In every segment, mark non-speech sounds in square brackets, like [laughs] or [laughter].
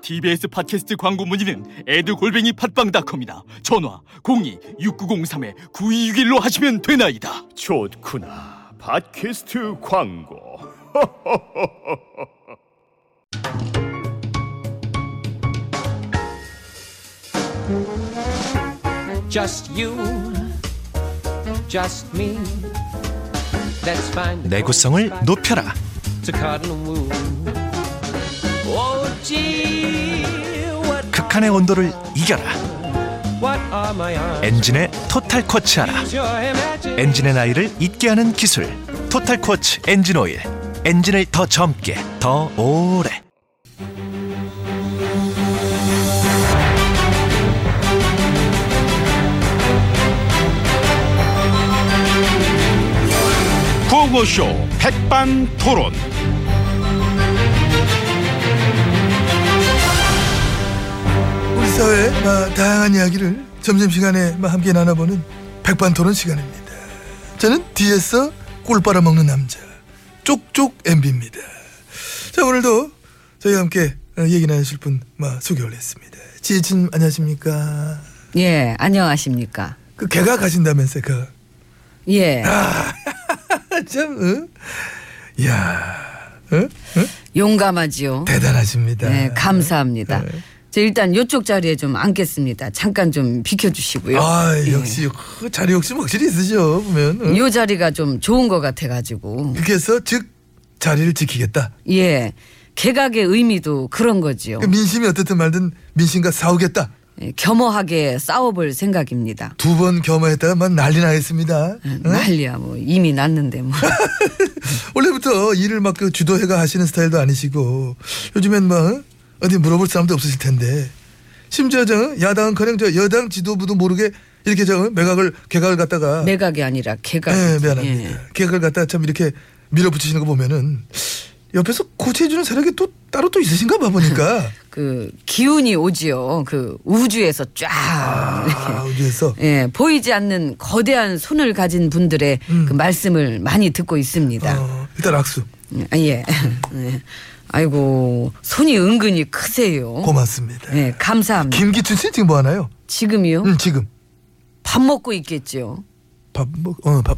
TBS 팟캐스트 광고 문의는 에드골뱅이 팟빵닷컴이나 전화 02-6903-9261로 하시면 되나이다. 좋구나. 팟캐스트 광고. Just you, just me. Let's find 내구성을 높여라 To cotton wool. Oh, gee, what, 극한의 온도를 이겨라 what are my arms? 엔진의 토탈 쿼츠하라 Your imagination. 엔진의 나이를 잊게 하는 기술 토탈 쿼츠 엔진 오일 엔진을 더 젊게 더 오래 구호쇼 백반토론. 우리 사회의 아, 다양한 이야기를 점심시간에 막 함께 나눠보는 백반토론 시간입니다. 저는 뒤에서 꿀 빨아먹는 남자 쪽쪽 MB입니다. 자 오늘도 저희와 함께 어, 얘기 나누실 분 막, 소개를 했습니다. 지혜진 안녕하십니까? 예, 안녕하십니까. 그 개가 가신다면서 그 아, 예, 참, 어? 야, 어? 어? 용감하지요. 대단하십니다. 네, 감사합니다. 저 일단 요쪽 자리에 좀 앉겠습니다. 잠깐 좀 비켜주시고요. 아 역시 그 자리 욕심 확실히 있으죠 보면. 어? 예. 요 자리가 좀 좋은 것 같아가지고. 이렇게 해서 즉 자리를 지키겠다. 예, 개각의 의미도 그런 거지요. 그 민심이 어떻든 말든 민심과 싸우겠다. 예, 겸허하게 싸워볼 생각입니다. 두 번 겸허했다가 막 난리 나겠습니다. 예, 난리야, 뭐 이미 났는데 뭐. [laughs] 원래부터 일을 막 그 주도해가 하시는 스타일도 아니시고 요즘엔 막 어디 물어볼 사람도 없으실 텐데 심지어 저 야당은 커녕 저 여당 지도부도 모르게 이렇게 저 매각을 개각을 갖다가 매각이 아니라 개각. 예, 미안합니다. 개각을 갖다가 참 이렇게 밀어붙이시는 거 보면은 옆에서 고치해주는 세력이 또 따로 또 있으신가 봐 보니까 [laughs] 그 기운이 오지요. 그 우주에서 쫙 이렇게 아 우주에서 예, 보이지 않는 거대한 손을 가진 분들의 그 말씀을 많이 듣고 있습니다. 음. 어, 일단 악수 예, [laughs] 예. 예. 아이고, 손이 은근히 크세요. 고맙습니다. 예, 감사합니다. 김기춘 씨 지금 뭐 하나요? 지금이요? 음 지금 밥 먹고 있겠죠. 밥 먹, 어, [laughs] 밥,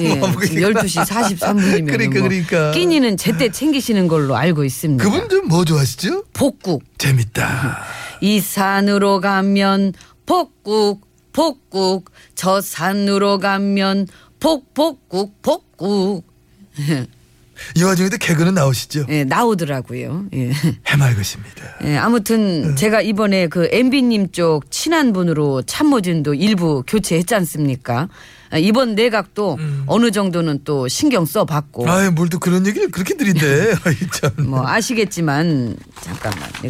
예, 밥 먹고 지금 있구나. 12시 43분이면. 그러니까, 그러니까. 끼니는 제때 챙기시는 걸로 알고 있습니다. 그분 좀 뭐 좋아하시죠? 복국. 재밌다. 이 산으로 가면 복국, 복국. 저 산으로 가면 복, 복국, 복국. 이 와중에도 개그는 나오시죠? 예, 나오더라고요. 예. 해맑으십니다. 예, 아무튼 제가 이번에 그 MB님 쪽 친한 분으로 참모진도 일부 교체했지 않습니까? 아, 이번 내각도 어느 정도는 또 신경 써봤고 음. 아유, 뭘 또 그런 얘기를 그렇게 드린대. [laughs] 아이, 참. 뭐 아시겠지만 잠깐만 그,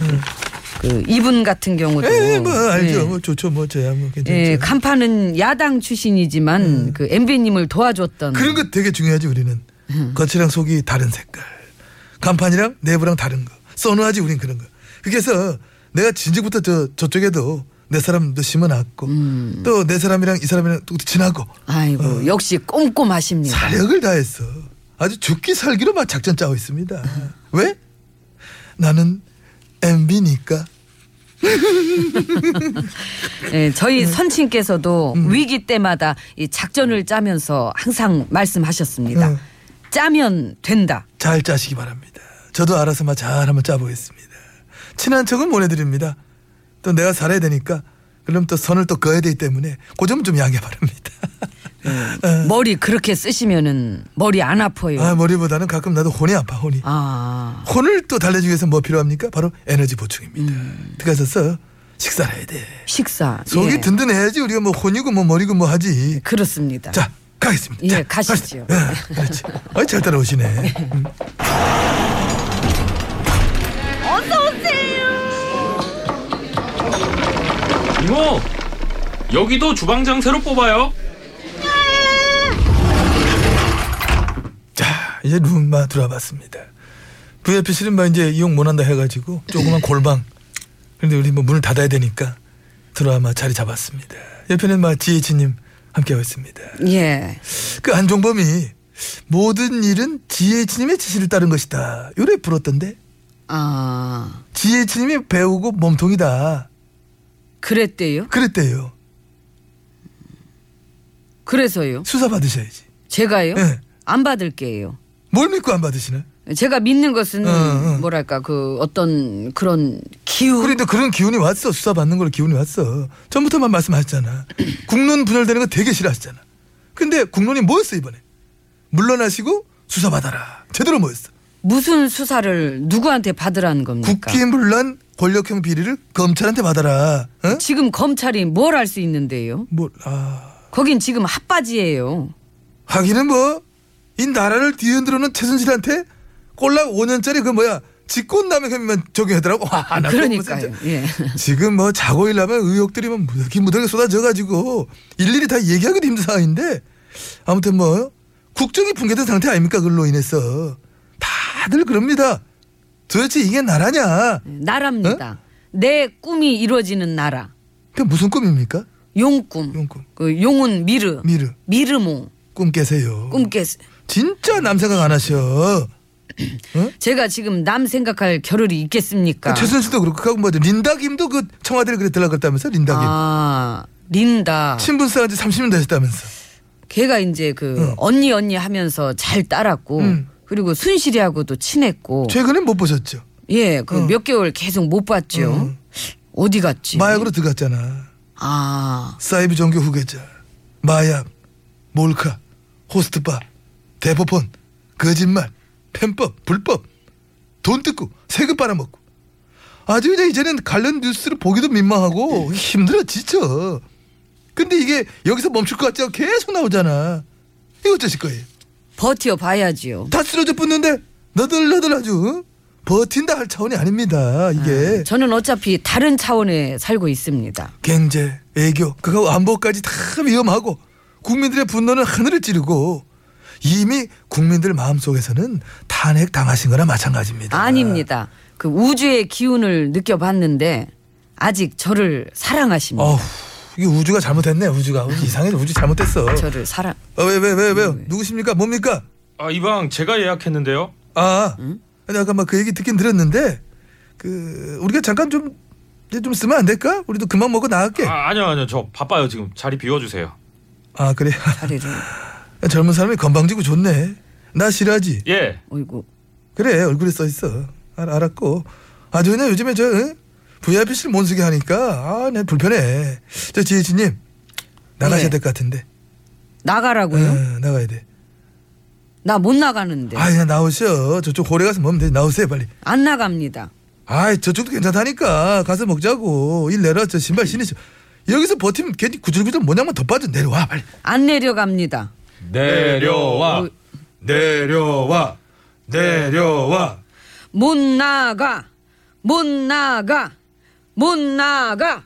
그 이분 같은 경우도 에이, 음. 뭐, 알죠. 예, 뭐, 좋죠. 뭐, 저야, 뭐, 괜찮죠. 예, 간판은 야당 출신이지만 그 MB님을 음. 도와줬던 그런 거 되게 중요하지, 우리는. 음. 겉이랑 속이 다른 색깔. 간판이랑 내부랑 다른 거. 써놓아야지, 우린 그런 거. 그래서 내가 진즉부터 저, 저쪽에도 내 사람도 심어놨고, 음. 또 내 사람이랑 이 사람이랑 또 친하고, 아이고 어. 역시 꼼꼼하십니다. 사력을 다했어. 아주 죽기 살기로 막 작전 짜고 있습니다. 왜? 나는 MB니까. 예, 음. 저희 선친께서도 위기 때마다 이 작전을 짜면서 항상 말씀하셨습니다. 음. 짜면 된다. 잘 짜시기 바랍니다. 저도 알아서 막 잘 한번 짜보겠습니다. 친한 척은 보내드립니다. 또 내가 살아야 되니까. 그럼 또 선을 또 그어야 되기 때문에 그 점 좀 양해 바랍니다. 머리 그렇게 쓰시면은 머리 안 아파요. 음. 아, 아, 머리보다는 가끔 나도 혼이 아파, 혼이. 혼을 또 달래주기 위해서 뭐 필요합니까? 바로 에너지 보충입니다. 들어가서 식사를 해야 돼. 식사. 속이 예, 든든해야지 우리가 뭐 혼이고 뭐 머리고 뭐 하지. 그렇습니다. 자 가겠습니다. 예, 자, 가시죠. 가시- 예, 그렇지. 아, 잘 따라오시네. 음. 이모 여기도 주방장 새로 뽑아요. 이제 룸마 들어봤습니다. VIP실은 막 이제 이용 못한다 해가지고 네. 조그만 골방. 그런데 우리 뭐 문을 닫아야 되니까 들어와 막 자리 잡았습니다. 옆에는 막 GH님 함께하고 있습니다. 예. 그 안종범이 모든 일은 GH님의 지시를 따른 것이다. 요래 불었던데 아, GH님이 배우고 몸통이다. 그랬대요? 그랬대요. 그래서요? 수사 받으셔야지. 제가요? 예. 안 받을게요. 뭘 믿고 안 받으시나? 제가 믿는 것은 응, 응. 뭐랄까 그 어떤 그런 기운 어. 그런데 그런 기운이 왔어. 수사 받는 걸 기운이 왔어. 전부터만 말씀하셨잖아. [clears throat] 국론 분열되는 거 되게 싫어하시잖아. 근데 국론이 뭐였어 이번에? 물러나시고 수사 받아라. 제대로 뭐였어? 무슨 수사를 누구한테 받으라는 겁니까? 국기 물란 권력형 비리를 검찰한테 받아라. 어? 지금 검찰이 뭘 할 수 있는데요? 뭘? 아 거긴 지금 핫바지예요. 하기는 뭐 이 나라를 뒤흔들어는 최순실한테 꼴랑 5년짜리 그 뭐야 직권남용 혐의만 적용하더라고. 와, 아, 나 그거 무슨 그러니까요. 진짜- 예. [laughs] 지금 뭐 자고 일하면 의혹들이 막 무더기 무더기 쏟아져가지고 일일이 다 얘기하기도 힘든 상황인데 아무튼 뭐 국정이 붕괴된 상태 아닙니까 그걸로 인해서 다들 그럽니다 도대체 이게 나라냐 나라입니다. 어? 내 꿈이 이루어지는 나라. 그 무슨 꿈입니까 용꿈. 용꿈. 그 용은 미르. 미르. 미르몽. 꿈 깨세요 꿈 깨스. 진짜 남 생각 안 하셔 제가 지금 남 생각할 겨를이 있겠습니까? 그 최순실도 그렇고 하고 뭐 린다 김도 그 청와대를 그래 들어갔다면서 린다 김 아, 린다. 친분 싸운 지 30년 되셨다면서 걔가 이제 그 언니 언니 하면서 잘 따랐고 음. 그리고 순실이하고도 친했고 최근에 못 보셨죠 예, 그 몇 개월 계속 못 봤죠. 어디 갔지? 마약으로 들어갔잖아 아, 사이비 종교 후계자, 마약, 몰카, 호스트바, 대포폰, 거짓말, 편법, 불법, 돈 뜯고 세금 빨아먹고 아주 그냥 이제는 관련 뉴스를 보기도 민망하고 네. 힘들어 지쳐. 근데 이게 여기서 멈출 것 같지 않고 계속 나오잖아. 이거 어쩌실 거예요? 버텨 봐야지요. 다 쓰러져 붙는데 너덜너덜 아주 응? 버틴다 할 차원이 아닙니다. 이게 저는 어차피 다른 차원에 살고 있습니다. 경제, 외교, 그거 안보까지 다 위험하고 국민들의 분노는 하늘을 찌르고 이미 국민들 마음속에서는 탄핵 당하신 거나 마찬가지입니다. 아닙니다. 그 우주의 기운을 느껴봤는데 아직 저를 사랑하십니다. 어우, 이게 우주가 잘못했네. 우주가 우주 이상해. 우주 잘못됐어. 저를 사랑. 어, 왜, 왜, 왜, 왜? 누구십니까? 뭡니까? 아, 이 방 제가 예약했는데요. 아, 아니, 아까 막 그 얘기 듣긴 들었는데 그 우리가 잠깐 좀. 이제 좀 쓰면 안 될까? 우리도 그만 먹고 예. 나갈게. 아, 아니요, 아니요. 저 바빠요, 지금. 자리 비워주세요. 아 그래. 자리를. 젊은 사람이 건방지고 좋네. 나 싫어하지. 예. 어이구. 그래 얼굴에 써 있어 알, 알았고 아주 그냥 요즘에 저 응? VIP실 못 쓰게 하니까 아내 불편해 저 지혜진님 나가셔야 예. 될 것 같은데 나가라고요? 네. 어, 나가야 돼 나 못 나가는데. 아, 그냥 나오셔 저쪽 고래 가서 먹으면 돼 나오세요 빨리 안 나갑니다. 아 저쪽도 괜찮다니까 가서 먹자고 일 내라 저 네. 신발 신으셔 여기서 버티면 괜히 구질구질 모양만 더 빠져 내려와 빨리 안 내려갑니다. 내려와 내려와 내려와 못 나가. 못 나가. 못 나가.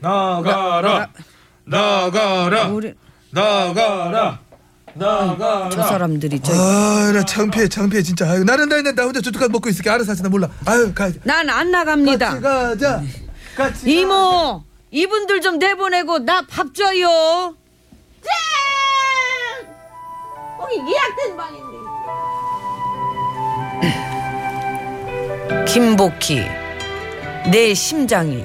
나가라 아. 나가라 우리 나가라 저 사람들이 저. 아나 창피해 창피해 진짜 아유 나는 나는 나 혼자 저쪽 가서 먹고 있을게 알아서 하지 나 몰라 아유 가야 돼 난 같이 안 나갑니다. 네. 가자 같이 가. 이모, 이분들 좀 내보내고 나 밥 줘요. 거기 예약된 방인데. 김복희, 내 심장이.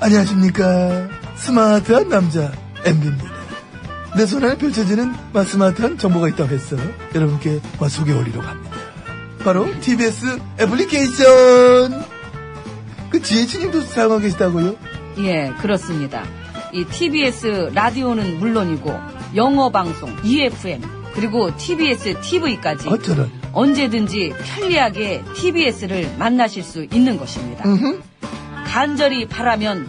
안녕하십니까 스마트한 남자 MB입니다 내 손안에 펼쳐지는 마, 스마트한 정보가 있다고 해서 여러분께 마, 소개 올리러 갑니다 바로 TBS 애플리케이션 그 지혜진님도 사용하고 계시다고요? 예, 그렇습니다. 이 TBS 라디오는 물론이고 영어 방송 EFM 그리고 TBS TV까지 어쩌면 언제든지 편리하게 TBS를 만나실 수 있는 것입니다. 간절히 바라면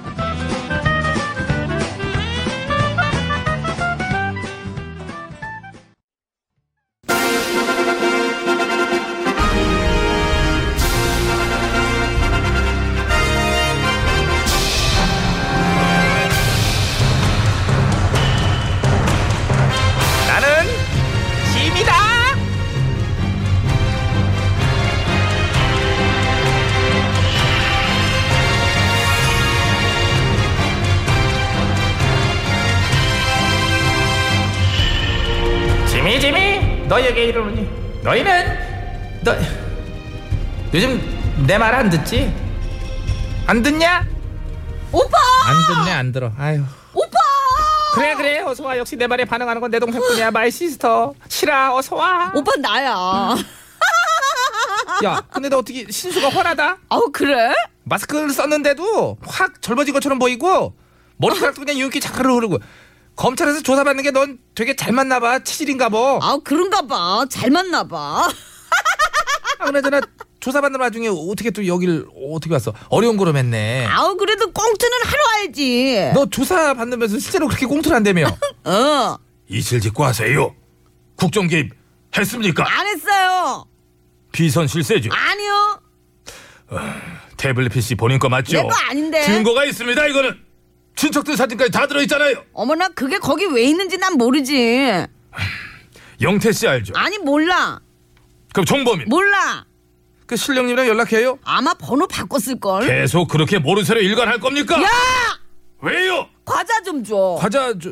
지미 지미 너에게 이르노니 너희는 너 요즘 내 말 안 듣지? 안 듣냐? 오빠! 안 듣네 안 들어. 아유. 오빠! 그래 그래 어서 와 역시 내 말에 반응하는 건 내 동생뿐이야 마이 시스터 싫어 어서 와. 오빠 나야. 야 근데 너 어떻게 신수가 훤하다? 아우 그래? 마스크를 썼는데도 확 젊어진 것처럼 보이고 머리카락도 그냥 윤기 자카르 흐르고 검찰에서 조사받는 게 넌 되게 잘 맞나 봐 치질인가 뭐. 아우 그런가 봐. 잘 맞나 봐. 아, 그나저나 조사받는 와중에 어떻게 또 여길 어떻게 왔어? 어려운 걸음 했네. 아우 그래도 꽁트는 하러 와야지. 너 조사 받으면서 실제로 그렇게 꽁트를 한다며? [laughs] 어. 이실 짓고 하세요. 국정 개입 했습니까? 안 했어요. 비선 실세죠. 어, 아니요. 태블릿 PC 본인 거 맞죠? 내거 아닌데. 증거가 있습니다. 이거는 친척들 사진까지 다 들어 있잖아요. 어머나 그게 거기 왜 있는지 난 모르지. 영태 씨 알죠? 아니 몰라. 그럼 정범인. 몰라. 그 신령님이랑 연락해요. 아마 번호 바꿨을 걸. 계속 그렇게 모른 새로 일관할 겁니까? 야! 왜요? 과자 좀 줘. 과자 저,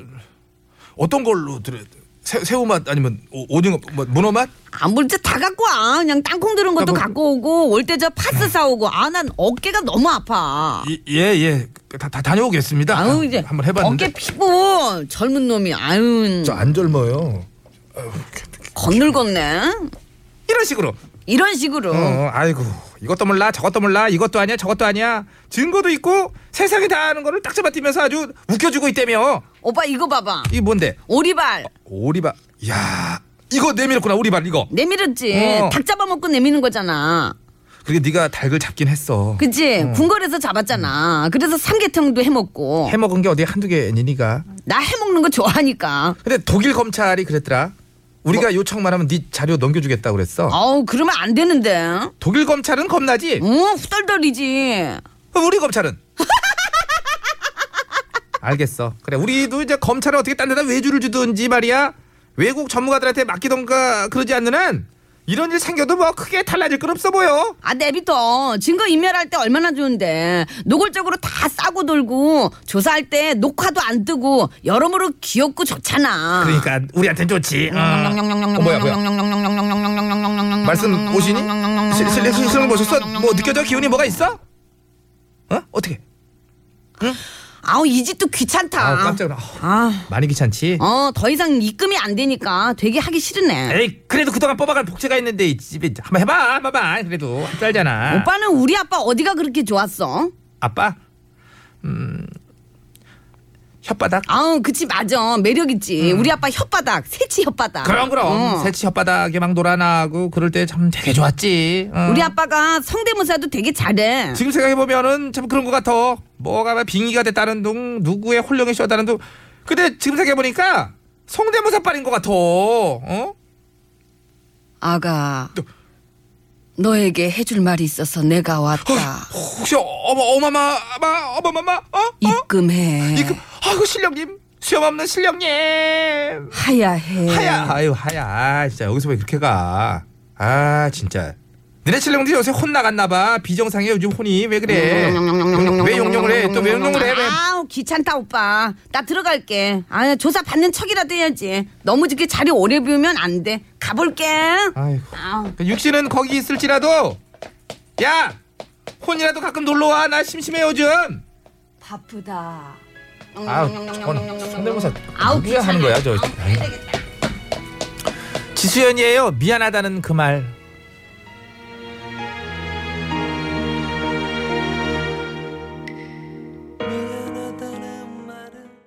어떤 걸로 드려? 새, 새우 맛 아니면 오- 오징어 뭐, 문어 맛? 아무 진짜 다 갖고 와. 그냥 땅콩 들은 것도 아, 뭐- 갖고 오고 올 때 저 네. 파스 사오고 아 난 어깨가 너무 아파. 예예 다, 다 다녀오겠습니다. 아우 이제 한번 해봤는데 어깨 피고 젊은 놈이 아유 저 안 젊어요. 건늙었네. 이런 식으로. 이런 식으로. 어, 아이고 이것도 몰라 저것도 몰라 이것도 아니야 저것도 아니야 증거도 있고 세상에 다 아는 거를 딱 잡아뛰면서 아주 웃겨주고 있다며. 오빠 이거 봐봐. 이게 뭔데? 오리발 오리발. 야 이거 내밀었구나 오리발 이거. 내밀었지. 어. 닭 잡아먹고 내미는 거잖아. 그게 네가 닭을 잡긴 했어. 그치? 궁궐에서 잡았잖아. 그래서 삼계탕도 해먹고. 해 먹은 게 어디 한두 개니 니가. 나 해먹는 거 좋아하니까. 근데 독일 검찰이 그랬더라. 우리가 요청만 하면 네 자료 넘겨주겠다 고 그랬어. 어우 그러면 안 되는데. 독일 검찰은 겁나지. 응 후덜덜이지. 그럼 우리 검찰은? 알겠어. 그래, 우리도 이제 검찰은 어떻게 딴 데다 외주를 주든지 말이야. 외국 전문가들한테 맡기던가 그러지 않는 한 이런 일 생겨도 뭐 크게 달라질 건 없어 보여. 아 내비둬. 증거 인멸할 때 얼마나 좋은데. 노골적으로 다 싸고 돌고 조사할 때 녹화도 안 뜨고 여러모로 귀엽고 좋잖아. 그러니까 우리한텐 좋지. 어, 뭐야, 뭐야. 말씀 오시니? 실- 실례 수술을 보셨어? 뭐 느껴져? 기운이 뭐가 있어? 어? 어떻게? 아우 이 집도 귀찮다. 아, 깜짝 놀라. 아, 많이 귀찮지? 어, 더 이상 입금이 안 되니까 되게 하기 싫으네. 에이, 그래도 그동안 뽑아간 복제가 있는데 이 집에 한번 해봐, 봐봐. 그래도 짤잖아. 오빠는 우리 아빠 어디가 그렇게 좋았어? 아빠? 음, 혓바닥? 아우, 그치, 맞아. 매력 있지. 우리 아빠 혓바닥, 새치 혓바닥. 음. 그럼 그럼 어. 새치 혓바닥에 막 놀아나고 그럴 때 참 되게 좋았지 어. 우리 아빠가 성대모사도 되게 잘해. 지금 생각해보면은 참 그런 것 같아 뭐가 막 빙의가 됐다는 둥 누구의 홀령이 쉬었다는 둥 근데 지금 생각해보니까 성대모사빨인 것 같아 어? 아가, 너에게 해줄 말이 있어서 내가 왔다. 혹시 어머 어마마 어마 어마마마 어? 어? 입금해. 이금 아이고 실령님 수염 없는 실령님 하야해. 하야 아유 하야 아, 진짜 여기서 왜 그렇게 가아 진짜 너네 칠령도 요새 혼 나갔나봐 비정상이야 요즘 혼이 왜 음, 그래 왜 용용을 해 또 왜 용용을 해왜 아우 귀찮다 오빠. 나 들어갈게. 아 조사 받는 척이라도 해야지. 너무 이렇게 자리 오래 비우면 안 돼. 가볼게. 아이고 아우. 그 육신은 거기 있을지라도 야 혼이라도 가끔 놀러와 나 심심해 요즘 바쁘다. 아우 저건 성대모사 아우, 누구야 하는 거야 저 귀찮아. 아우, 해야 되겠다. 지수연이에요 미안하다는 그 말